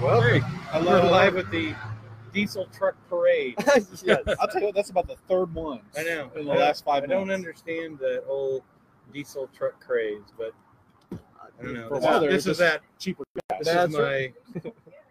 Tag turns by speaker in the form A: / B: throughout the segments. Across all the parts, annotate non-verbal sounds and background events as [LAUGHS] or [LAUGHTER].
A: Well,
B: I love
A: we're
B: it.
A: live with the diesel truck parade.
C: [LAUGHS]
B: yes. I'll tell you what, that's about the third one.
A: I know.
B: In the last five
A: I don't
B: minutes.
A: understand that old diesel truck craze, but I don't know.
B: For a
A: This,
B: while
A: is-
B: there,
A: this
B: it
A: is
B: just-
A: that.
B: Cheaper
A: This
D: That's
A: is my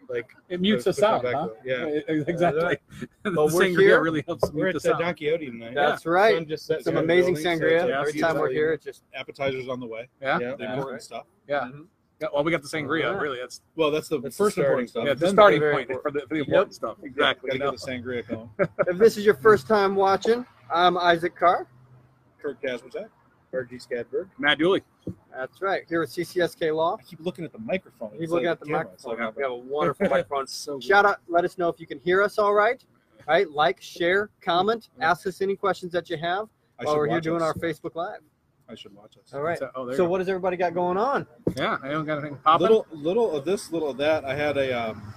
A: like.
D: It mutes
A: let's
D: us
A: put
D: out,
A: that
D: huh?
A: back. Yeah.
D: [LAUGHS] Exactly.
C: But
D: The
C: we're
D: sangria
C: here.
D: really helps
A: We're
D: mute
A: at
D: us
A: the
D: out.
A: Don Quixote tonight.
C: Yeah.
D: That's
C: That's right.
A: Sun just sets
C: Some
A: in the
C: amazing
A: building, so
C: sangria.
A: it's
D: Every
A: beautiful
C: time we're here,
A: evening.
C: it's just
B: appetizers on the way.
A: Yeah.
B: The
D: Yeah.
B: important stuff.
D: Yeah.
C: Mhm.
D: yeah. Well, we got the sangria.
C: Alright.
D: Really, that's
B: Well, that's the
A: That's the
B: first important stuff. [LAUGHS]
A: starting.
D: yeah, the
B: Then
D: starting
C: very
D: point for
C: important.
D: the, for the important stuff. Exactly.
B: Gotta
D: you know?
B: get the sangria going.
A: [LAUGHS]
C: If this is your first time watching, I'm Isaac Carr.
B: Kirk Kasperzak.
A: R.G. Skadberg.
D: Matt Dooley.
C: That's right. Here with CCSK Law.
B: I keep looking at the microphone.
C: He's
B: It's
C: looking
B: like
C: at the
B: camera. It's
C: microphone.
B: like,
C: We have a wonderful
D: [LAUGHS]
C: microphone.
D: So good.
C: Shout out. Let us know if you can hear us all right. All right. Like, share, comment, ask us any questions that you have
B: I
C: while
B: should
C: we're here
B: watch
C: doing
B: us.
C: our Facebook Live.
B: I should watch us.
C: All right.
D: So, oh, there
C: So
D: you
C: what does everybody got going on?
D: go. Yeah, I don't got anything popping.
B: little little of this, little of that. I had a um,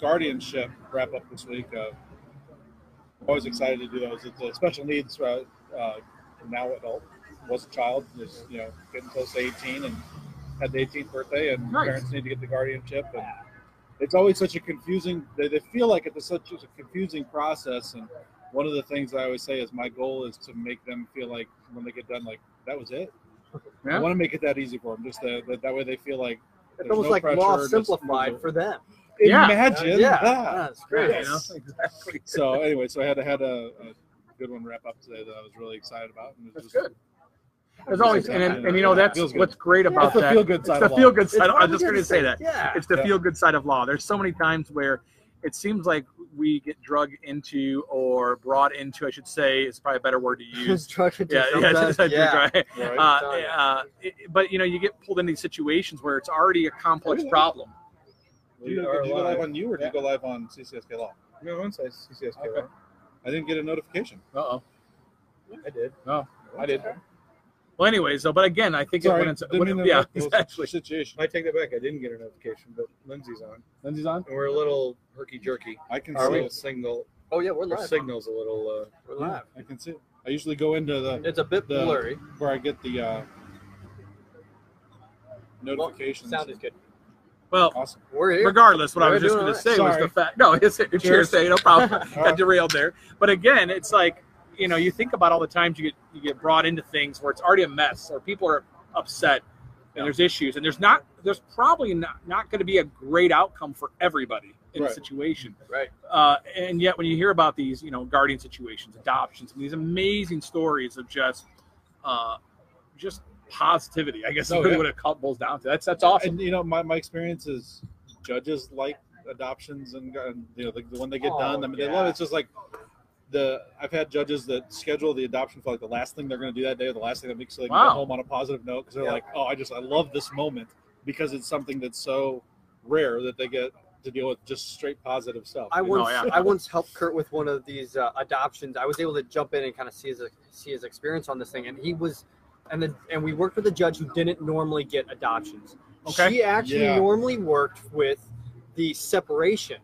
B: guardianship wrap up this week. Uh, always excited to do those. It's a special needs uh, uh, now adult was a child, is you know getting close to eighteen and had the 18th birthday, and
D: Nice.
B: parents need to get the guardianship. And it's always such a confusing. They, they feel like it's such a confusing process. And one of the things I always say is my goal is to make them feel like when they get done, like that was it.
D: Yeah.
B: I want to make it that easy for them, just that that, that way they feel like
C: It's
B: there's
C: almost
B: no
C: like law
B: pressure, just
C: simplified
B: move
C: for them.
B: it.
D: Yeah.
B: Imagine
C: yeah.
B: that.
C: That's great.
D: Yeah, you know?
B: [LAUGHS]
D: Exactly.
B: So anyway, so I had I had a, a good one wrap up today that I was really excited about. And it was
D: That's
B: just-
D: good. As always, and, and, and you know that's
B: Feels good.
D: what's great about
B: That's the
D: that.
B: feel-good side
D: It's the
B: of law.
D: feel good
C: It's
D: side. I was
C: probably
D: just going to say that.
C: Yeah. [LAUGHS]
D: It's the
B: Yeah.
D: feel good side of law. There's so many times where it seems like we get drugged into or brought into, I should say, is probably a better
B: [LAUGHS]
D: word to use.
C: Instructed to
D: yeah, yeah,
C: sometimes- yeah.
D: right.
B: Right.
D: Uh, uh, it- but you know, you get pulled into these situations where it's already a complex
B: Really?
D: problem.
B: Did you,
A: We are
B: did you go live
A: live.
B: on you or did
A: Yeah.
B: you go live on CCSK Law?
A: No, once I CCS
D: Okay.
A: okay.
B: I didn't get a notification.
D: Uh oh.
A: I did.
D: Oh.
A: I did.
D: Well, anyways, though, but again, I think it-
B: Sorry,
D: when it's
B: didn't
D: when,
B: mean to
D: yeah,
B: interrupt
D: [LAUGHS]
B: the
D: exactly.
B: Situation.
A: I take that back. I didn't get a notification, but Lindsay's on,
D: Lindsay's on.
A: and we're a little herky jerky.
B: I can
A: Our
B: see
A: little
B: it.
A: signal,
C: Oh yeah, we're
A: our
C: live.
A: signal's a little. Uh,
C: We're
B: Yeah,
C: live.
B: I can see it. I usually go into the
C: It's a bit
B: The-
C: blurry.
B: where I get the uh, notifications.
C: Sound is good.
D: Well,
B: awesome.
C: We're here.
D: regardless, what I
C: We're
D: was just
C: doing
D: going to
C: all
D: say was
B: Sorry.
D: the fact. No, [LAUGHS] it's, cheers.
B: Cheers.
D: cheers. Hey, no problem.
B: All
D: Got
B: right.
D: derailed there. But again, it's like you know, you think about all the times you get you get brought into things where it's already a mess, or people are upset,
B: Yeah.
D: and there's issues, and there's not there's probably not not going to be a great outcome for everybody in
B: Right.
D: the situation.
C: Right.
D: Uh, and yet, when you hear about these, you know, guardian situations, adoptions, and these amazing stories of just, uh, just positivity, I guess
B: Oh,
D: is really
B: yeah.
D: what it co- boils down to. That's that's awesome.
B: And you know, my, my experience is judges like adoptions and, and you know, the, the when they get
C: Oh,
B: done, I mean, they
C: yeah.
B: love it. It's just like the I've had judges that schedule the adoption for like the last thing they're going to do that day, or the last thing that makes them
D: Wow.
B: go home on a positive note because they're
C: Yeah.
B: like, oh, I just I love this moment because it's something that's so rare that they get to deal with just straight positive stuff.
C: I
B: you know?
C: once
D: yeah.
C: I once helped Kurt with one of these uh, adoptions. I was able to jump in and kind of see his see his experience on this thing, and he was, and then and we worked with a judge who didn't normally get adoptions.
D: Okay.
C: She actually
B: Yeah.
C: normally worked with the separation,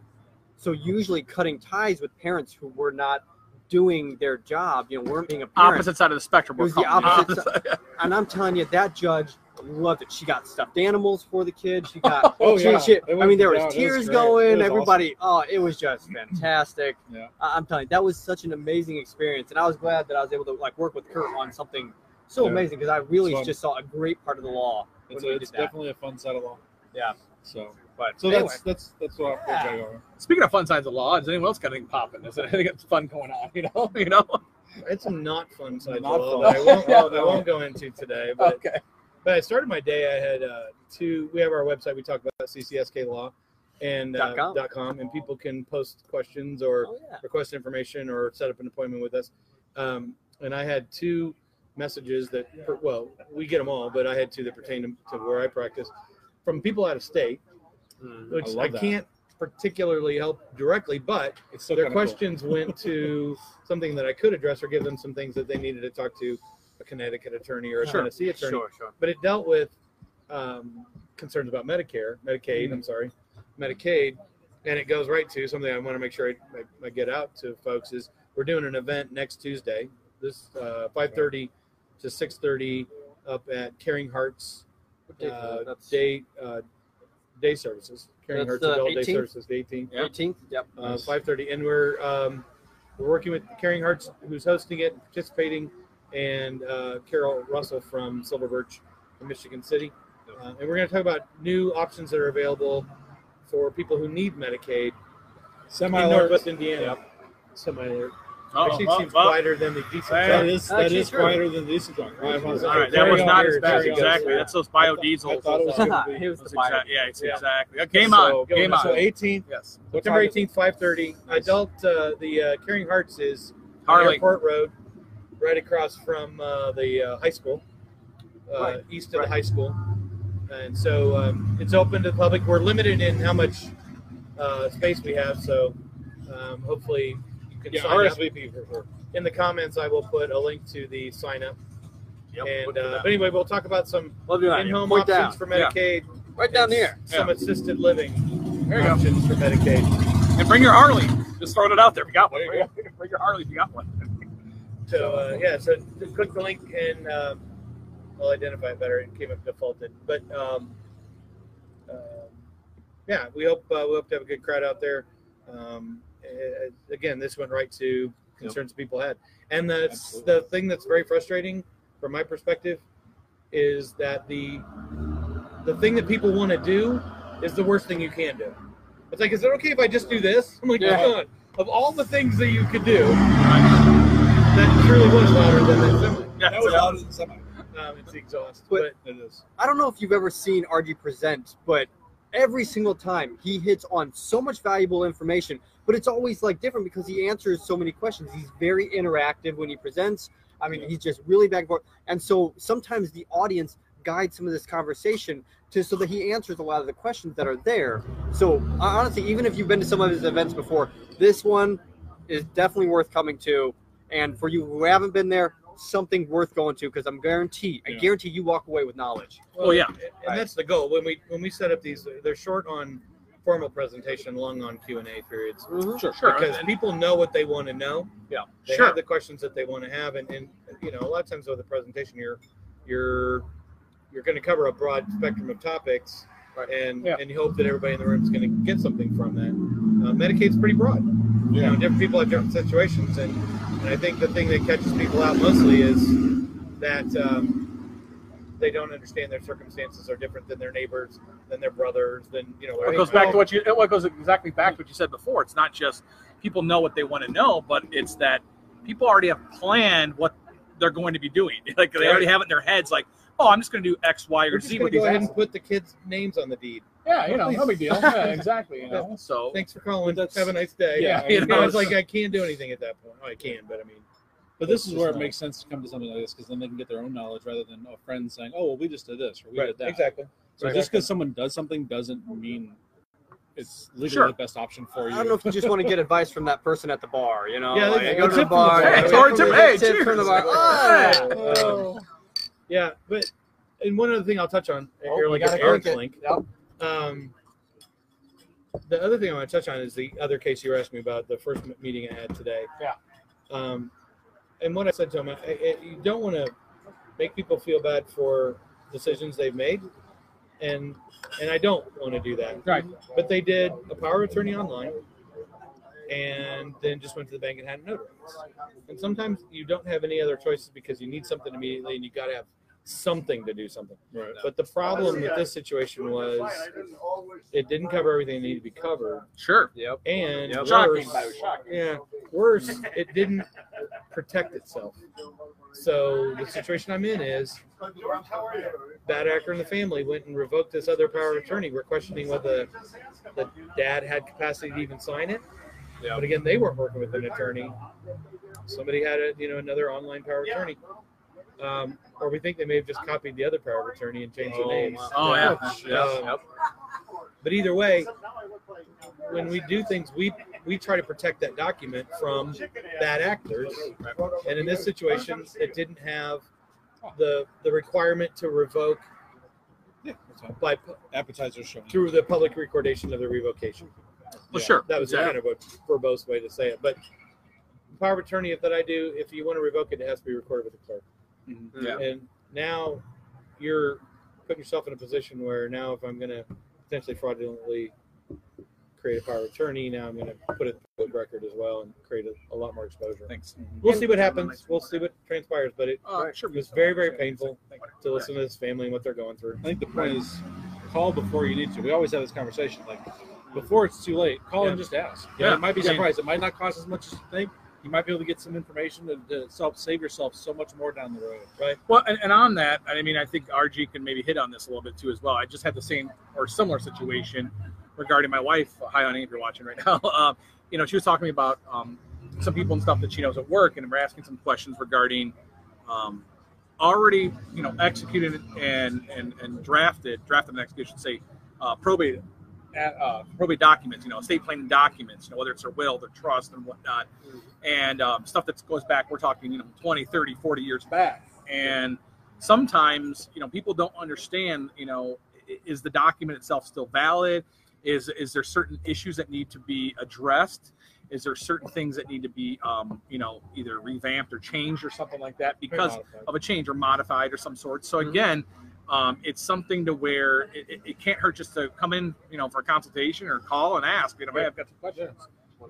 C: so usually cutting ties with parents who were not doing their job, you know, weren't being a parent.
D: Opposite side of the spectrum.
C: It was
D: we're
C: the
D: calling it.
C: opposite
D: [LAUGHS]
C: And I'm telling you, that judge loved it. She got stuffed animals for the kid.
D: [LAUGHS]
C: She got
B: Oh,
C: she,
B: yeah.
C: she-
B: They
C: I
B: went
C: mean, there was
B: down. It was
C: tears
B: great. It
C: going.
B: was
C: Everybody, oh, it was just fantastic.
B: Yeah.
C: I- I'm telling you, that was such an amazing experience, and I was glad that I was able to like work with Kurt on something so
B: Yeah.
C: amazing because I really
B: It's fun.
C: just saw a great part of the law.
B: It's,
C: when
B: a,
C: we
B: it's
C: did that.
B: definitely a fun side of law.
C: Yeah.
B: So
C: But
B: so
C: anyway,
B: that's that's that's what I'm
C: Yeah.
B: going on.
D: Speaking of fun sides of law, does anyone else got anything popping? Is there anything that's fun going on? You know, [LAUGHS] you know.
A: I had some not fun sides
B: Not
A: of law
B: fun.
A: that I won't,
B: Yeah. [LAUGHS]
A: I won't go into today.
B: Uh,
A: But
D: Okay.
A: But I started my day. I had uh, two. We have our website. We talk about CCSK Law and uh,
C: Dot com.
A: dot .com, and people can post questions or
C: oh yeah,
A: request information or set up an appointment with us. Um, and I had two messages that, per- well, we get them all, but I had two that pertain to, to where I practice from people out of state, which
B: Mm, I
A: I,
B: love that.
A: can't particularly help directly, but
B: It's still
A: their
B: kinda cool.
A: questions
C: [LAUGHS]
A: went to something that I could address or give them some things that they needed to talk to a Connecticut attorney or a
C: Sure.
A: Tennessee attorney
C: sure, sure.
A: but it dealt with um, concerns about Medicare, Medicaid.
C: Mm-hmm.
A: I'm sorry, Medicaid, and it goes right to something I want to make sure I, I, I get out to folks is we're doing an event next Tuesday, this uh, 5:30 to 6:30 up at Caring Hearts
C: Ridiculous.
A: uh,
C: That's-
A: day uh, day services, Karen
C: That's uh,
A: Hertz
C: the
A: Adult Day
C: 18th?
A: Services, the 18th,
D: Yeah.
C: 18th. Yep.
A: uh, 5:30, and we're um, we're working with Caring Hearts, who's hosting it, participating, and uh, Carol Russell from Silver Birch, in Michigan City, uh, and we're going to talk about new options that are available for people who need Medicaid
B: Semi
A: in
B: alert.
A: Northwest Indiana. Semi alert.
D: Uh-oh,
A: Actually,
D: uh,
A: it seems
D: uh,
A: quieter than the decent.
D: Hey.
B: That
A: job.
B: is that
C: Actually,
B: is
C: true.
B: quieter than the diesel truck. All
D: All right, that was not as bad. Exactly. That's those
B: I
D: biodiesel.
B: thought it was going
C: [LAUGHS]
B: to be.
C: He was the
D: That's
C: buyer.
D: exact- yeah, it's
B: Yeah.
D: exactly. Uh, Game
A: So-
D: on, game
B: So
D: on.
B: 18th.
D: Yes,
B: What
A: September
B: time?
A: 18th, 5:30. Adult, uh, the uh, Caring Hearts is on
D: Harley.
A: Airport Road, right across from uh, the uh, high school, uh,
C: Right,
A: east of the high school. And so um, it's open to the public. We're limited in how much uh, space we have, so um, hopefully you can
B: Yeah,
A: sign up.
B: RSVP for sure.
A: In the comments, I will put a link to the sign up.
C: Yep,
A: and
C: look at
A: uh,
C: that.
A: but anyway, we'll talk about some
C: Love you,
A: in home
C: Point
A: options
C: down.
A: for
D: Yeah.
A: Medicaid.
C: Right down
A: and
C: here.
A: Some assisted living
D: there you go.
A: options for Medicaid.
D: And bring your Harley. Just throwing it out there. We got one.
B: There you
D: Bring, bring your Harley if you got one. [LAUGHS]
A: So uh, yeah, so just click the link and um, I'll identify it better. It came up defaulted, but um, uh, yeah, we hope uh, we hope to have a good crowd out there. Um, eh, again, this went right to concerns people had, and that's
B: Absolutely.
A: the thing that's very frustrating from my perspective is that the the thing that people want to do is the worst thing you can do. It's like, is it okay if I just do this? I'm like,
C: Yeah.
A: come on. Of all the things that you could do, that truly was louder than that semi.
D: Yeah,
B: That was
D: so-
B: louder than semi.
A: Um, it's exhaust, but,
C: But-
B: It is.
C: I don't know if you've ever seen RG present, but every single time he hits on so much valuable information, but it's always like different because he answers so many questions. He's very interactive when he presents. I mean,
B: Yeah.
C: he's just really back and forth. And so sometimes the audience guides some of this conversation to so that he answers a lot of the questions that are there. So uh, honestly, even if you've been to some of his events before, this one is definitely worth coming to. And for you who haven't been there, something worth going to because I'm guarantee, I
B: Yeah.
C: guarantee you walk away with knowledge.
D: Oh, yeah.
A: and that's the goal. When we when we set up these, they're short on formal presentation, long on Q and A periods,
D: Sure, sure.
A: because people know what they want to know.
C: Yeah.
A: they
D: Sure.
A: have the questions that they want to have, and, and you know, a lot of times with a presentation, you're you're you're going to cover a broad spectrum of topics,
C: Right.
A: and
D: Yeah.
A: and you hope that everybody in the room is going to get something from that. Uh, Medicaid's pretty broad. you know, different people have different situations, and, and I think the thing that catches people out mostly is that um, they don't understand their circumstances are different than their neighbors, than their brothers, than you know.
D: It goes back to what you. It goes exactly back to what you said before. It's not just people know what they want to know, but it's that people already have planned what they're going to be doing. [LAUGHS] Like they already have it in their heads. Like, oh, I'm just going to do X, Y,
A: We're
D: or
A: just
D: Z
A: gonna
D: with
A: go
D: these.
A: ahead
D: Ads.
A: and put the kids' names on the deed.
D: Yeah, you know,
A: Please.
D: no big
C: [LAUGHS]
D: deal. Yeah, exactly. You know, so
A: Thanks for calling.
B: But that's-
A: Have a nice day.
B: Yeah,
A: you
D: you
A: know,
D: know,
A: it's like I can't do anything at that point. Oh, I can, but I mean,
B: But this
A: It's
B: is
A: just
B: where it
A: not-
B: makes sense to come to something like this because then they can get their own knowledge rather than a friend saying, "Oh, well, we just did this or we did that."
A: exactly.
B: So
A: Right.
B: just because someone does something doesn't mean it's legally
D: Sure.
B: the best option for you.
C: I don't know if you just want to get advice from that person at the bar, you know?
A: Yeah,
C: like,
A: that's-
C: I go to the
A: that's it from the
C: bar.
A: bar.
C: I
A: Hey,
C: go to
A: George,
D: hey,
C: the- tip from
D: cheers. Oh,
C: the bar.
D: Yeah.
A: Um, yeah, but and one other thing I'll touch on.
C: Oh,
A: Eric-
C: we gotta
A: Eric's
C: click it.
A: link.
C: Yep.
A: Um, the other thing I want to touch on is the other case you were asking me about, the first m- meeting I had today.
D: Yeah.
A: Um, and what I said to him, I, I, you don't want to make people feel bad for decisions they've made, and and I don't want to do that.
D: Right.
A: But they did a power of attorney online, and then just went to the bank and had it notarized. And sometimes you don't have any other choices because you need something immediately, and you got to have something to do something.
B: [LAUGHS] Right.
A: [LAUGHS] But the problem with this situation was it didn't cover everything that needed to be covered,
D: sure.
C: Yep.
A: and
C: Yep.
A: worse,
D: Shocking.
A: yeah, worse, it didn't protect itself. So the situation I'm in is bad actor in the family went and revoked this other power of attorney. We're questioning whether the dad had capacity to even sign it.
C: Yeah.
A: But again, they weren't working with an attorney. Somebody had a you know another online power of attorney. Um, or we think they may have just copied the other power of attorney and changed the
C: Oh,
A: names.
C: wow.
D: Oh yeah.
A: Yeah.
C: Yep.
A: Um, But either way, when we do things, we we try to protect that document from bad actors. And in this situation, it didn't have the the requirement to revoke by pu-
B: Appetizers showing.
A: through the public recordation of the revocation.
D: Well,
B: Yeah.
D: sure.
A: That was
D: yeah.
A: kind of a verbose way to say it, but the power of attorney that I do, if you want to revoke it, it has to be recorded with the clerk.
D: Mm-hmm. Yeah.
A: And now you're putting yourself in a position where now if I'm going to potentially fraudulently create a power of attorney. Now I'm going to put it in public record as well and create a, a lot more exposure.
D: Thanks.
A: We'll see what happens. We'll see what transpires. But it,
D: Uh,
C: Right.
D: Sure.
A: it was very, very painful to listen to this family and what they're going through.
B: I think the point is call before you need to. We always have this conversation like before it's too late, call and just ask. Yeah,
D: Yeah.
B: it might be
D: Yeah.
B: surprised. It might not cost as much as you think. You might be able to get some information and to self save yourself so much more down the road. Right.
D: Well, and, and on that, I mean, I think RG can maybe hit on this a little bit too as well. I just had the same or similar situation regarding my wife. Hi, honey, if you're watching right [LAUGHS] now. Um, you know, she was talking to me about um, some people and stuff that she knows at work, and we're asking some questions regarding um, already, you know, executed and and and drafted, drafted and executed, I should say, uh, probate. uh, Uh, probate documents, you know, estate planning documents, you know, whether it's their will, their trust, and whatnot, and um, stuff that goes back, we're talking, you know, 20, 30, 40 years back. And sometimes you know people don't understand you know i- is the document itself still valid is is there certain issues that need to be addressed is there certain things that need to be um, you know either revamped or changed or something like that because of a change or modified or some sort
A: Mm-hmm.
D: so again um, it's something to where it, it, it can't hurt just to come in you know for a consultation or call and ask you know hey i've got some questions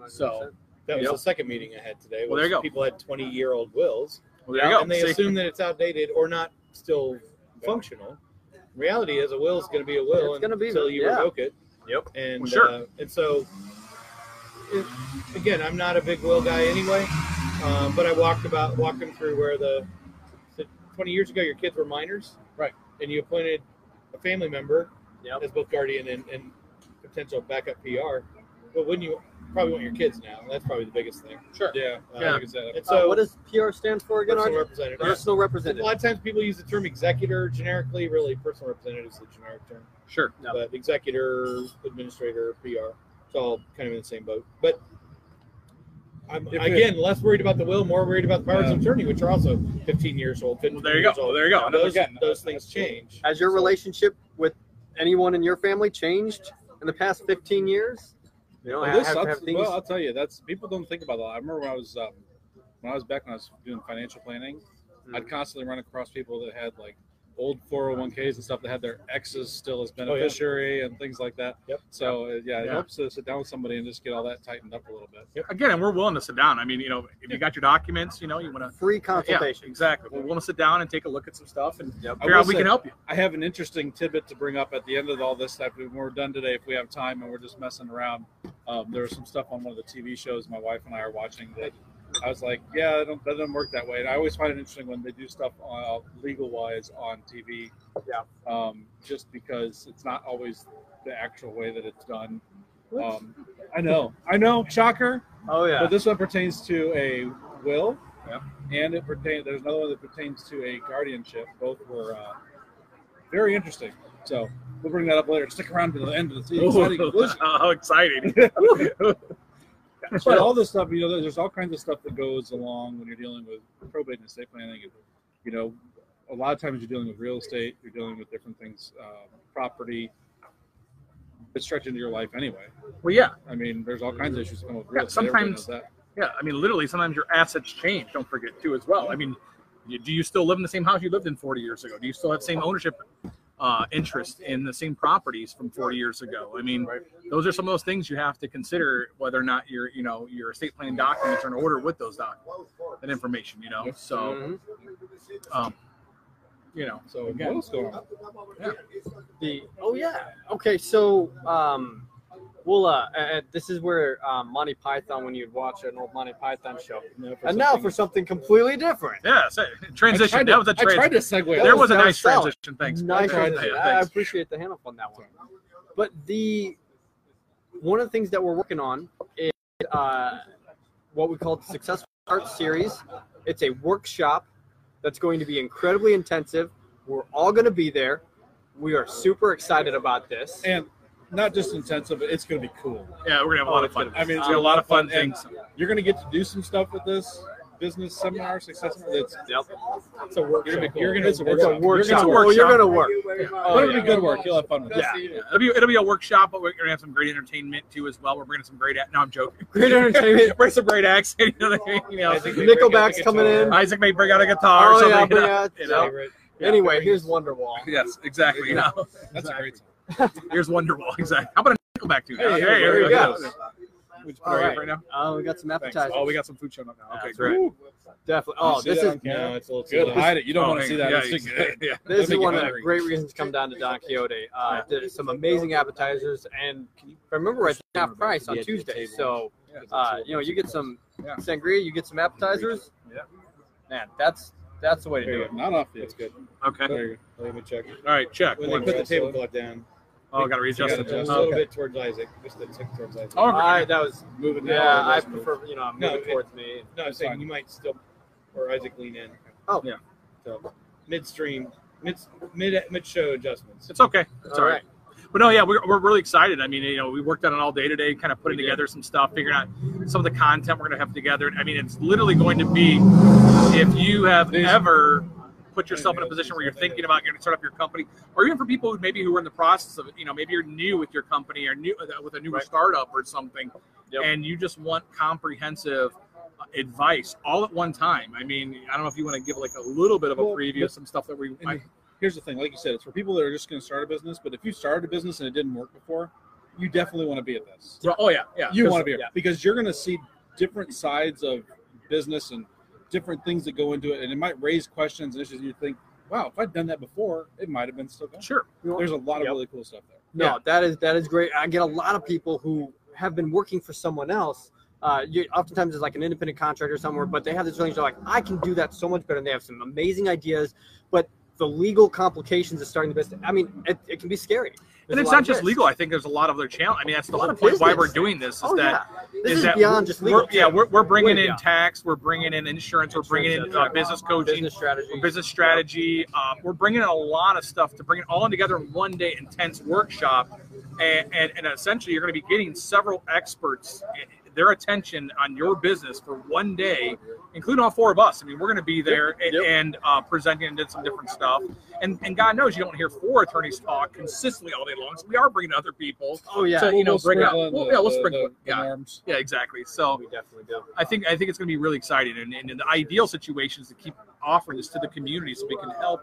D: So,
A: That was
D: Yep.
A: the second meeting I had today.
D: Well, there you
A: was
D: go.
A: People had 20 year old wills.
D: well, there you go
A: And they
D: See?
A: assume that it's outdated or not still functional. Reality is a will is going to be a will
C: It's gonna be
A: until
C: there,
A: you
C: yeah.
A: revoke it.
D: Yep.
A: And
D: Well, sure.
A: uh, and so, it, again, I'm not a big will guy anyway, um, but I walked about walked them through where the, the 20 years ago your kids were minors,
B: Right.
A: And you appointed a family member
C: Yep.
A: as both guardian and, and potential backup PR. But wouldn't you probably want your kids now? That's probably the biggest thing.
B: Sure. Yeah.
A: Uh,
D: Yeah.
B: Like I said,
A: And
C: So
A: so
C: what does PR stand for again? Arjun?
A: personal representative.
C: Personal
A: A
C: representative.
A: lot of times people use the term executor generically. Really, personal representative is the generic term,
D: sure
A: but executor, administrator, PR, it's all kind of in the same boat. But I'm
B: If it-
A: again less worried about the will, more worried about the powers
B: Yeah.
A: of attorney, which are also 15 years old. 15
D: well, there you go
A: years
D: well,
A: old.
D: there you go
A: Those,
B: Again,
A: those things
B: absolutely.
A: change.
C: Has your relationship with anyone in your family changed in the past 15 years? You know,
B: Well,
C: have,
B: this
C: have
B: sucks as
C: things.
B: well. I'll tell you, that's people don't think about that. I remember when I was um, when I was back when I was doing financial planning, I'd constantly run across people that had like old 401ks and stuff that had their exes still as beneficiary and things like that.
A: Yep.
B: So uh, yeah, it
D: Yeah.
B: helps to sit down with somebody and just get all that tightened up a little bit.
D: again, and we're willing to sit down. I mean, you know, if you got your documents, you know, you want to
C: Free
D: Yeah,
C: consultation.
D: exactly. We're willing to sit down and take a look at some stuff and
C: Yep.
B: I
D: figure out
B: will
D: if we
B: say-
D: can help you.
B: I have an interesting tidbit to bring up at the end of all this stuff. When we're done today, if we have time and we're just messing around, um, there was some stuff on one of the TV shows my wife and I are watching that I was like, yeah, I don't, that doesn't work that way. And I always find it interesting when they do stuff uh, legal wise on TV.
D: Yeah.
B: Um, just because it's not always the actual way that it's done. Um, I know, I know, shocker.
C: Oh yeah.
B: But this one pertains to a will.
D: Yep.
B: And it pertains. There's another one that pertains to a guardianship. Both were uh, very interesting. So we'll bring that up later. Stick around to the end of
D: [LAUGHS]
B: the exciting conclusion.
D: how
B: [LAUGHS]
D: exciting!
B: But all this stuff, you know, there's all kinds of stuff that goes along when you're dealing with probate and estate planning. And, you know, a lot of times you're dealing with real estate. You're dealing with different things, um, property. It stretches into your life anyway.
D: well, yeah,
B: I mean, there's all kinds of issues that come with real
D: Yeah,
B: estate. Everybody
D: sometimes-
B: knows that.
D: yeah. I mean, literally, sometimes your assets change. Don't forget too, as well. I mean, you, do you still live in the same house you lived in 40 years ago? Do you still have same ownership uh, interest in the same properties from 40 years ago? I mean, those are some of those things you have to consider whether or not your, you know, your estate planning documents are in order with those documents, that information. You know, so
C: Mhm.
D: um, you know,
B: So
D: Again.
B: what's going on?
C: The oh yeah. Okay, so um, we'll uh, uh, this is where um, Monty Python when you'd watch an old Monty Python show, and now for something completely different.
D: yeah. So,
B: I
D: transition.
B: tried to-
D: That was a
B: I tried
D: transition.
B: to segue.
C: That
D: There
C: was-
D: was a
C: that
D: nice
C: was solid.
D: transition. Thanks.
C: Nice.
B: I tried
C: transition.
D: to-
C: I, I
D: thanks.
C: appreciate the handle on that one. But the one of the things that we're working on is uh, what we call the Successful Art Series. It's a workshop that's going to be incredibly intensive. We're all going to be there. We are super excited about this.
B: and not just intensive, but it's going to be cool.
D: Yeah, we're gonna have a
B: Oh,
D: lot of
B: it's
D: fun. Um,
B: gonna- I mean,
D: it's
B: it's
D: gonna be a lot of fun
B: and
D: things.
B: You're going to get to do some stuff with this business seminar, success. seminar. That's
C: Yep.
A: It's a workshop.
B: You're gonna be- you're gonna-
A: It's a
B: it's a
A: workshop.
B: work-
C: Workshop.
D: a
C: Oh, you're
D: workshop.
C: going to work.
B: but it'll
D: yeah.
B: be good work. You'll have fun with
D: Yeah.
B: it.
D: yeah, it'll be it'll be a workshop, but we're gonna have some great entertainment too as well. We're bringing some great. a- No, I'm
C: [LAUGHS]
D: joking.
C: Great
D: [LAUGHS]
C: entertainment.
D: Bring some great acts. You know, what I mean? You know,
A: I think they bring out
C: Nickelback's
A: the
C: coming
B: Oh,
C: in.
A: guitar.
D: Isaac may bring out a guitar or
C: Oh, yeah,
D: something.
C: bring out-
D: you
A: Yeah,
D: know,
A: right.
D: Yeah.
C: anyway, here's Wonderwall.
D: Yes, exactly. You know,
B: That's a great. time.
D: Here's Wonderwall. Exactly. How about a Nickelback tune?
B: Hey,
D: Okay,
B: hey,
D: there
B: there
D: we
B: you
D: go.
B: go.
D: We just put
C: All
D: our
C: right.
D: right now.
C: Oh, we got some
B: Thanks.
C: appetizers.
D: Oh, we got some food showing up now. Okay,
A: That's
D: great.
A: right.
C: definitely.
B: You
C: Oh,
B: see
C: this
B: that
C: is
B: on camera?
A: No, it's a little too
B: Good.
A: late.
B: Hide it. You don't
D: Oh,
B: want to
D: hang-
B: see that.
D: yeah,
B: It's
D: he's-
B: good.
D: yeah.
C: This
B: Let
C: is
B: me
C: one
B: get
C: of the
B: hungry.
C: great reasons to come down to Don Quixote. Uh, did some amazing appetizers, and if I remember, we're at half price on Tuesday. So, uh, you know, you get some
D: Yeah.
C: sangria, you get some appetizers.
D: Yeah.
C: Man, that's that's the way to
B: There
C: do
B: you
C: it.
B: go. Not off the
A: That's
B: edge.
A: good.
D: Okay. All
B: There you
A: Let me check.
D: right. Check.
A: When
D: One.
A: they put the table clock down,
D: Oh, I gotta
A: you
D: readjust
A: gotta
D: it.
A: adjust a
D: Okay.
A: little bit towards Isaac. Just a tick towards Isaac.
D: Oh,
C: I that was
B: go. Move it down.
C: yeah. I
B: Let's move.
C: prefer you know move
A: No,
C: it
A: it-
C: towards me.
A: No, I'm saying you might still, or Isaac lean in.
C: Oh.
D: Yeah.
A: So midstream, mid mid mid show adjustments.
D: It's okay. It's all right. But no, yeah, we're, we're really excited. I mean, you know, we worked on it all day today, kind of putting
A: We did.
D: together some stuff, figuring out some of the content we're going to have together. I mean, it's literally going to be if you have
B: These-
D: ever put yourself in a position where you're thinking about going to start up your company, or even for people who maybe who are in the process of, it, you know, maybe you're new with your company or new uh, with a newer
C: Right.
D: startup or something,
C: Yep.
D: and you just want comprehensive uh, advice all at one time. I mean, I don't know if you want to give like a little bit of a
B: Well,
D: preview of some stuff that we
B: And
D: might.
B: here's the thing like you said it's for people that are just going to start a business but if you started a business and it didn't work before you definitely want to be at this
D: Well, oh yeah, yeah.
B: you
D: 'cause-
B: want to be here
D: yeah.
B: because you're going to see different sides of business and different things that go into it and it might raise questions and issues and you think wow if i'd done that before it might have been still going
D: Sure.
B: there's a lot of
C: Yep.
B: really cool stuff there
C: No,
D: Yeah.
C: that is that is great. I get a lot of people who have been working for someone else. Uh, you, oftentimes it's like an independent contractor somewhere, but they have this feeling they're like, I can do that so much better. And they have some amazing ideas, but the legal complications of starting the business. I mean, it, it can be scary. There's
D: and
C: a
D: it's
C: lot
D: not
C: of
D: just
C: risk.
D: legal. I think there's a lot of other challenge. I mean, that's the
C: A lot
D: whole
C: of
D: point why we're
C: business.
D: doing this is
C: Oh,
D: that
C: yeah. this
D: is
C: is,
D: that
C: beyond just legal.
D: we're, yeah we're, we're bringing
C: Way
D: in
C: beyond.
D: tax, we're bringing in insurance, we're bringing in uh,
C: Insurance,
D: business coaching,
C: business strategy.
D: business strategy. Um, we're bringing in a lot of stuff to bring it all in together in one day intense workshop, and and, and essentially you're going to be getting several experts. eh, Their attention on your business for one day, including all four of us. I mean, we're going to be there a-
C: Yep.
D: and uh, presenting and did some different stuff. And and God knows you don't hear four attorneys talk consistently all day long. So we are bringing other people.
C: Oh yeah,
D: So, you know, bring it up.
B: sprinkle in
D: Well,
B: the-
D: yeah, we'll
B: the-
D: sprinkle
B: the-
D: it.
B: the
D: Yeah.
B: norms.
D: Yeah, exactly. So
C: we definitely do.
D: I think I think it's going to be really exciting, and, and the ideal situation is to keep offering this to the community so we can help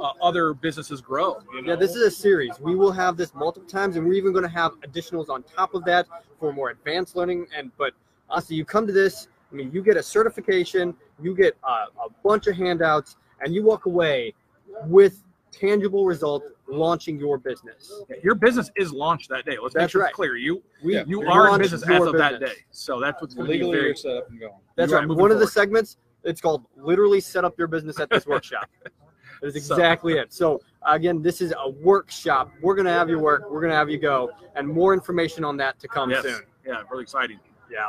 D: uh, other businesses grow.
B: you
C: Yeah,
B: know?
C: this is a series. We will have this multiple times, and we're even going to have additionals on top of that for more advanced learning. And but honestly, you come to this, I mean, you get a certification, you get a, a bunch of handouts, and you walk away with tangible results launching your business.
D: Your business is launched that day. Let's make
C: That's
D: sure
C: right.
D: it's clear. You
C: We
B: Yeah,
D: you
B: we
D: are in
C: launched
D: business
C: your
D: as of that
C: business.
D: day. So that's what's going to be
B: legally
D: very.
B: you're set up and going
C: That's
D: You are
C: right. One
D: moving
C: of the
D: forward.
C: segments, it's called literally set up your business at this workshop.
D: [LAUGHS]
C: That is
D: So-
C: exactly it. So again, this is a workshop. We're going to have you work. We're going to have you go, and more information on that to come
D: Yes.
C: soon.
D: Yeah, really exciting.
C: Yeah.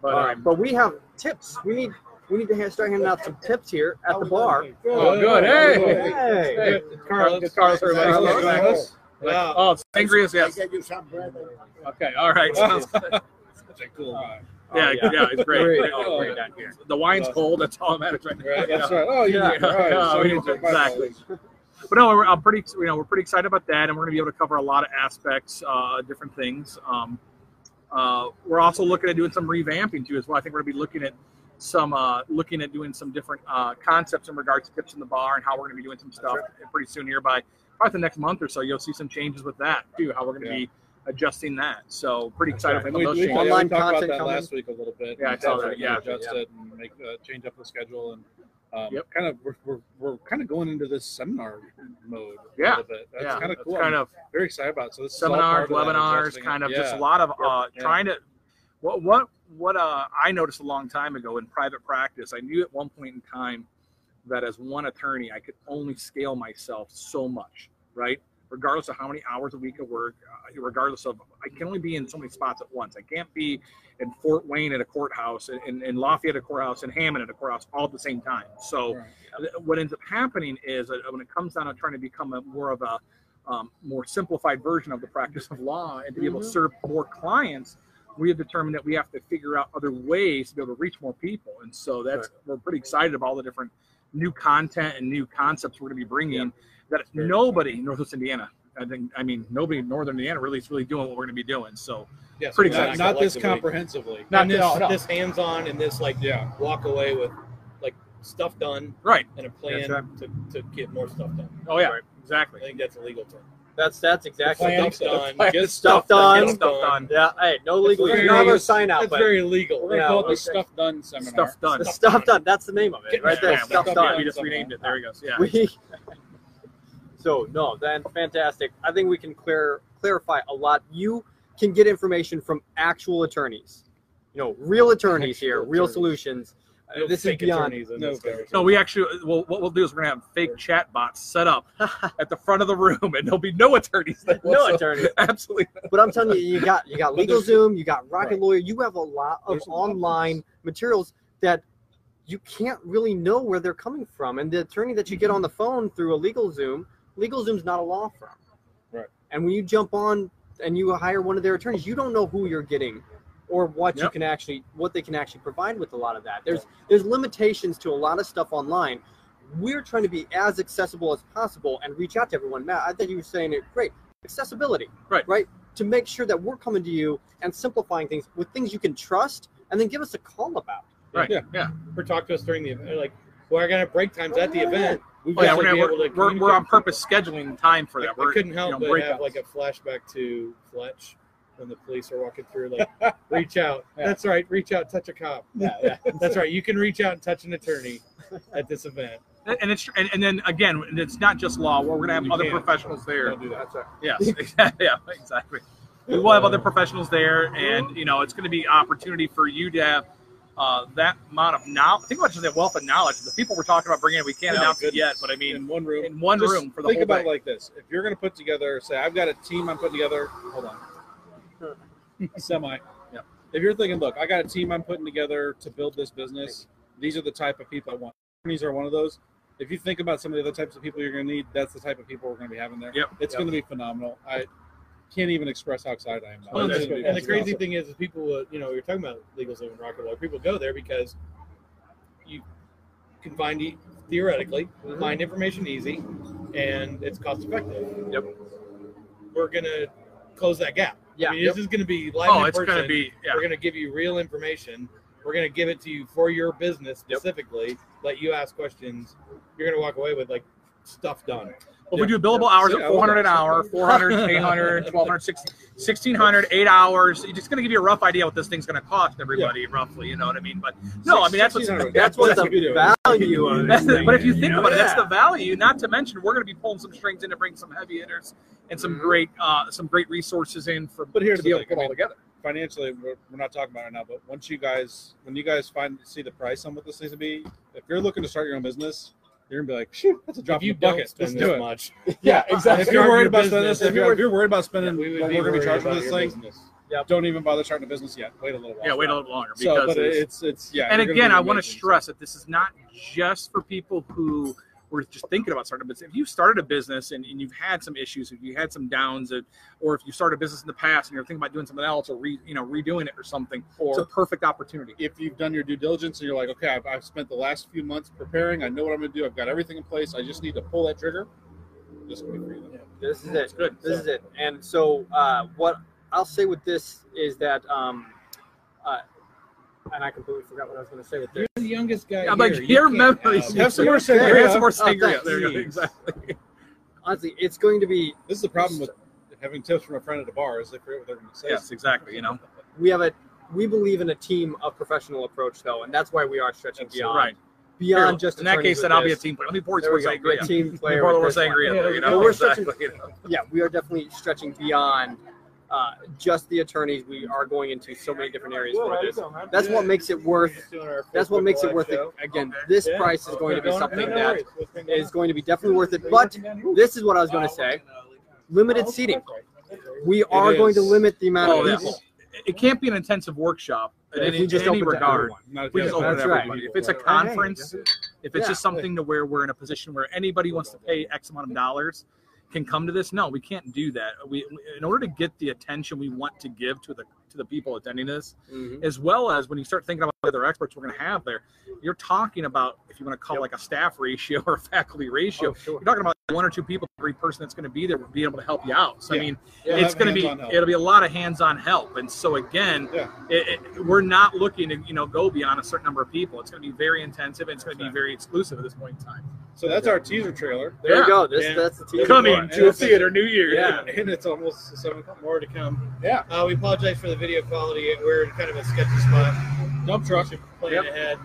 D: But
C: All
D: um,
C: right, but we have tips. We need we need to ha- start handing out some tips here at the bar.
D: Oh, good. Hey.
C: Hey,
D: Hey, Carlos, Carlos, everybody.
A: Carlos.
B: Carlos.
A: Wow.
D: Oh, it's sangrias, yes.
E: I get you some bread.
D: Okay, all
C: [LAUGHS]
D: right. Sounds-
B: That's
D: [LAUGHS]
B: a cool line.
D: yeah,
C: Oh,
D: yeah, it's great.
C: Great.
B: Oh,
C: great.
D: The wine's cold. That's all that matters right now.
A: Right.
B: that's right oh you
C: Yeah.
B: need it.
D: [LAUGHS]
B: All right.
D: Yeah,
B: So
D: we
B: you
D: need
B: need
D: to-
B: my
D: exactly.
B: knowledge.
D: But no, we're, I'm pretty, you know, we're pretty excited about that, and we're going to be able to cover a lot of aspects, uh, different things. Um, uh, we're also looking at doing some revamping too, as well. I think we're going to be looking at some, uh, looking at doing some different uh, concepts in regards to tips in the bar and how we're going to be doing some stuff pretty soon here. By probably the next month or so, you'll see some changes with that too. How we're going to
B: Yeah.
D: be adjusting that. So pretty excited
B: And
D: about
B: we,
D: those
B: we,
D: changes.
B: yeah, we
C: Online
B: talked about
C: content
B: that
C: coming.
B: last week a little bit.
D: Yeah, I saw that,
B: We
D: yeah.
B: adjust it and make uh, change up the schedule and um,
D: Yep.
B: kind of we're, we're, we're kind of going into this seminar mode.
D: Yeah,
B: a little bit. that's
D: yeah,
B: kind of
D: that's
B: cool.
D: Kind
B: I'm
D: of
B: very excited about. It. So this is all
D: seminars,
B: part of that,
D: webinars,
B: adjusting it.
D: kind of
B: yeah.
D: just a lot of uh,
B: Yeah.
D: trying to what what what uh, I noticed a long time ago in private practice. I knew at one point in time that as one attorney, I could only scale myself so much, right? Regardless of how many hours a week of work, uh, regardless of I can only be in so many spots at once. I can't be in Fort Wayne at a courthouse, in- in, in Lafayette at a courthouse, in Hammond at a courthouse, all at the same time. So,
B: Right.
D: th- what ends up happening is that when it comes down to trying to become a more of a um, more simplified version of the practice of law and to be able to serve more clients, we have determined that we have to figure out other ways to be able to reach more people. And so that's we're pretty excited about all the different new content and new concepts we're going to be bringing that nobody in Northwest Indiana. I think I mean nobody in Northern Indiana really is really doing what we're going to be doing. So
A: Yes,
D: pretty
A: we're
B: Not,
D: excited.
B: not this
A: collectively.
B: comprehensively.
D: Not
A: And this,
D: no, no.
A: this hands-on and this like
B: Yeah.
A: walk away with like stuff done
D: right,
A: and a plan
D: That's right.
A: to, to get more stuff done.
D: oh yeah,
A: Right. I
D: exactly.
A: think that's a legal term.
E: That's that's exactly.
A: Get
B: plan-
E: Get
A: stuff done.
B: plan-
A: Get
E: stuff
A: stuff
E: done.
A: done.
D: Get stuff done.
E: Yeah. Hey, no legal.
B: very-
E: Not our sign out,
A: That's
E: but
A: very legal.
B: We're gonna
E: Yeah,
B: call it the
E: okay.
B: stuff done seminar.
D: Stuff done.
E: the stuff done. That's the name of it, right there.
D: Yeah, we
E: stuff
D: just-
E: done.
D: We just renamed it. There he goes. Yeah.
E: We.
C: [LAUGHS] So no, then fantastic. I think we can clear clarify a lot. You can get information from actual attorneys, you know, real attorneys here,
A: Actual
C: real
A: attorneys.
C: solutions. Uh,
A: No
C: this is
A: fake
C: beyond.
A: attorneys in
B: No
A: this
B: fake
A: country.
D: No, we actually. Well, what we'll do is we're gonna have fake chat bots set up at the front of the room, and there'll be no attorneys there. [LAUGHS]
E: No
D: whatsoever.
E: attorney.
D: Absolutely.
C: But I'm telling you, you got you got
B: But there's-
C: LegalZoom, you got Rocket
B: Right.
C: Lawyer. You have a lot of
B: There's a lot of
C: online materials that you can't really know where they're coming from. And the attorney that you
B: Mm-hmm.
C: get on the phone through a LegalZoom, LegalZoom's not a law firm.
B: Right.
C: And when you jump on and you hire one of their attorneys, you don't know who you're getting or what you
D: Yep.
C: can actually what they can actually provide with a lot of that. There's there's limitations to a lot of stuff online. We're trying to be as accessible as possible and reach out to everyone. Matt, I think you were saying it great. Accessibility.
D: Right.
C: Right. To make sure that we're coming to you and simplifying things with things you can trust and then give us a call about.
D: Right.
B: Yeah.
D: Yeah.
A: Or talk to us during the event. Like, we're gonna break times at the event. We've
D: Oh, yeah.
A: got to
D: We're, gonna,
A: be able
D: we're,
A: to
D: we're, we're on
A: communicate.
D: purpose scheduling time for
A: I,
D: that.
A: I
D: We're,
A: couldn't help
D: you know,
A: but have
D: breakouts.
A: like a flashback to Fletch when the police are walking through, like,
B: [LAUGHS]
A: reach out.
B: Yeah.
A: That's right. Reach out. Touch a cop.
B: [LAUGHS] Yeah, yeah.
A: [LAUGHS] That's right. You can reach out and touch an attorney at this event.
D: And- and it's and, and then again, and it's not just law. We're gonna have
B: You
D: other
B: can't.
D: professionals there.
B: Don't do that.
D: Yes. [LAUGHS] exactly. yeah. Exactly. We will have other professionals there, and you know it's going to be opportunity for you to have uh, that amount of knowledge. Think about just that wealth of knowledge. The people we're talking about bringing in, we can't
B: Yeah,
D: announce it
B: Oh, goodness.
D: yet, but I mean,
B: in one room.
D: in one
B: Just
D: room for the
B: think
D: whole
B: about
D: day.
B: it like this: if you're going to put together, say, I've got a team I'm putting together. Hold on, semi.
D: Yeah.
B: If you're thinking, look, I got a team I'm putting together to build this business. These are the type of people I want. Attorneys are one of those. If you think about some of the other types of people you're going to need, that's the type of people we're going to be having there.
D: Yep.
B: It's going to be phenomenal. I can't even express how excited I am.
D: Oh,
A: and,
D: that's
B: It's gonna be
A: the, and the crazy
B: awesome.
A: thing is, is people, will- you know, you're talking about legal Zoom and rocket law. People go there because you can find, e- theoretically,
D: Mm-hmm.
A: find information easy, and it's cost effective.
E: Yep.
A: We're gonna close that gap.
E: Yeah.
A: I mean, this is gonna be live.
D: oh,
A: in
D: it's going
A: person.
D: to be yeah.
A: We're going to give you real information. We're going to give it to you for your business
E: Yep.
A: specifically. Let you ask questions. You're going to walk away with like stuff done.
D: Well, we do billable hours
B: Yeah,
D: at
B: I
D: 400 an
B: would-
D: hour,
B: [LAUGHS]
D: 400, 800, 1200, 16 1600, eight hours. You're just going to give you a rough idea what this thing's going to cost everybody, roughly. You know what I mean? But no, I mean that's what's,
B: 1600.
C: That's what
B: what we do.
C: the value
A: [LAUGHS]
C: of
D: That's
C: this
D: the, [LAUGHS]
C: thing
D: but if you
C: is,
D: think
C: know?
D: about it, that's
C: Yeah.
D: the value. Not to mention, we're going to be pulling some strings in to bring some heavy hitters and some
C: Mhm.
D: great, uh, some great resources in for.
B: Mm-hmm. But here's
D: to be
B: the
D: able to
B: thing,
D: put
B: I
D: all together.
B: financially, we're, we're not talking about it right now, but once you guys, when you guys find see the price on what this needs to be, if you're looking to start your own business, you're gonna be like, shoot, that's a drop
A: If you
B: in the bucket.
A: bucket,
B: Let's
A: spend
B: do
A: this
B: it.
A: much,
B: [LAUGHS] Yeah, exactly. If you're worried about spending this,
A: business,
B: if you're, if you're worried about spending,
A: we would
B: what
A: be
B: we're gonna be
A: worried
B: charging
A: about
B: this
A: your
B: thing.
A: business.
B: Don't even bother starting a business yet. Wait a little while.
D: Yeah, wait a little longer
B: So,
D: because.
B: but
D: it's-
B: it's it's yeah.
D: and
B: you're gonna
D: again,
B: be
D: I want to
B: amazing.
D: stress that this is not just for people who were just thinking about starting a business. If you started a business and, and you've had some issues, if you had some downs, uh, or if you started a business in the past and you're thinking about doing something else or re, you know redoing it or something, it's a
B: Or
D: perfect opportunity.
B: if you've done your due diligence and you're like, okay, I've, I've spent the last few months preparing. I know what I'm gonna do. I've got everything in place. I just need to pull that trigger. This will be for you.
C: This is it.
D: It's good.
C: This is it. And so, uh, what I'll say with this is that, um, uh, and I completely forgot what I was going to say with this.
A: You're the youngest guy.
D: I'm like
A: here.
D: your
A: You can't
C: uh,
D: memories.
A: have-
B: Have some more
D: Yeah,
B: sangria.
D: have
C: Oh,
D: some more sangria.
C: thanks.
D: there you go.
A: Jeez.
D: Exactly.
C: Honestly, it's going to be.
B: This is the problem with having tips from a friend at a bar is they forget what they're gonna say.
D: Yes, exactly. You know,
C: We have a. We believe in a team of professional approach, though, and that's why we are stretching beyond
D: right.
C: beyond
D: Here,
C: just
D: in that
C: attorneys
D: case,
C: with
D: then I'll be a
C: this.
D: team player. Let me pour
C: There
D: more
C: we go. We're
D: sangria. [LAUGHS]
C: a team
D: Let me
C: player.
D: pour a
C: with
D: little
C: this one.
D: sangria. There, you
C: But
D: know,
C: we're stretching-
D: exactly. You know.
C: yeah, we are definitely stretching beyond uh, just the attorneys. We are going into so many different areas for this. That's what makes it worth.
A: Just doing our
C: That's what
A: Facebook
C: makes it
A: Live
C: worth it.
A: show.
C: Again,
D: Okay.
C: this
A: Yeah.
C: price is going to be
A: No, no
C: something that
A: worries. What's going
C: is
A: on?
C: going to be definitely worth it. But this is what I was going to say: limited seating. We are
B: It
C: going to
B: is.
C: limit the amount
D: Oh,
C: of
D: that's-
C: people.
D: it- It can't be an intensive workshop in
C: If
D: any,
C: you just
D: in any
C: open to
D: regard.
B: Not if
D: We
B: you
D: just
B: have
D: open it
C: That's
D: to
C: right.
D: everybody. If it's a
B: Right.
D: conference, if it's
C: Yeah.
D: just something to where we're in a position where anybody wants to pay X amount of dollars can come to this, no, we can't do that. We, in order to get the attention we want to give to the to the people attending this,
C: Mhm.
D: as well as when you start thinking about other experts we're going to have there, you're talking about if you want to call like a staff ratio [LAUGHS] or a faculty ratio,
C: Oh, sure.
D: you're talking about one or two people, every person that's going to be there will be able to help you out. So
B: Yeah.
D: I mean,
B: You'll
D: it's
B: have
D: going to be
B: hands-on help.
D: it'll be a lot of hands-on help. And so again,
B: Yeah.
D: it, it, we're not looking to you know go beyond a certain number of people. It's going to be very intensive and it's going to be
B: Right.
D: very exclusive at this point in time.
B: So that's our teaser trailer.
E: There
D: Yeah.
E: you go. This
B: Yeah.
E: that's the team.
D: Coming
B: And
D: to a
B: it's-
D: theater New Year.
E: Yeah.
B: and it's almost seven o'clock.
A: More to come.
B: Yeah.
A: Uh, we apologize for the video quality. We're in kind of a sketchy spot.
B: Dump truck.
A: Playing
D: Yep.
A: ahead.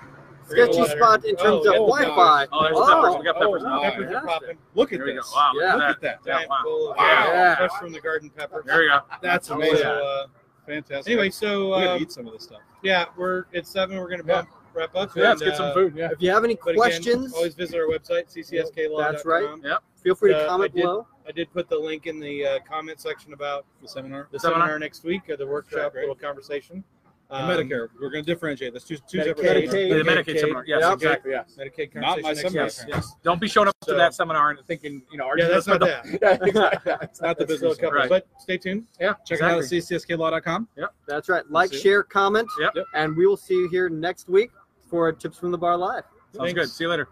C: Sketchy
A: Water.
C: spot in terms
A: Oh,
C: of
A: oh,
C: Wi-Fi.
D: Oh, there's
E: Oh,
D: peppers. We got
B: oh,
D: peppers now.
B: wow.
A: Peppers are popping.
B: Look at
D: There we go.
B: this.
D: Wow.
C: Ah.
E: Yeah.
D: Look
B: Look
D: at
B: at that.
D: that. Yeah,
A: Giant
D: wow. Oh,
A: bowl of
D: Yeah.
A: fresh from the garden peppers.
D: There you go.
B: That's
A: So,
B: amazing.
A: uh,
B: Fantastic.
A: anyway, so
B: we're gonna
A: um,
B: eat some of this stuff.
A: yeah, we're at seven. We're gonna
D: Yeah.
A: bump, wrap up.
D: Yeah, let's
A: and,
D: get some
A: uh,
D: food. Yeah.
C: If you have any
A: But
C: questions,
A: Again, always visit our website, ccsklaw.com.
C: That's right.
D: Yep.
C: feel free to
A: uh,
C: comment
A: I did-
C: below.
A: I did put the link in the uh, comment section about
B: The seminar.
A: the
D: Seminar?
A: seminar, next week, uh, the workshop, Um,
B: great.
A: little conversation.
B: And Medicare. We're gonna differentiate. That's two, two
A: Medicaid.
B: separate.
A: Medicaid.
D: The
B: seminars.
D: Medicaid seminar. Yes,
C: Yep.
D: exactly. Yes.
A: Medicaid conversation.
B: Not my
A: next
B: seminar.
A: week.
D: Yes. Don't be showing up
A: So-
D: to that seminar and thinking, you know,
A: Yeah,
D: Arjun,
A: that's not
D: what
A: that.
D: the- Yeah,
B: It's not the
A: That's still a
B: business.
A: couple,
B: one.
D: Right.
A: but stay tuned.
D: yeah.
B: Check
D: exactly.
B: it out at ccsklaw.com.
C: That's right. Like,
B: That's it.
C: share, comment,
D: Yep.
C: and we will see you here next week for Tips from the Bar Live.
D: Sounds good. See you later.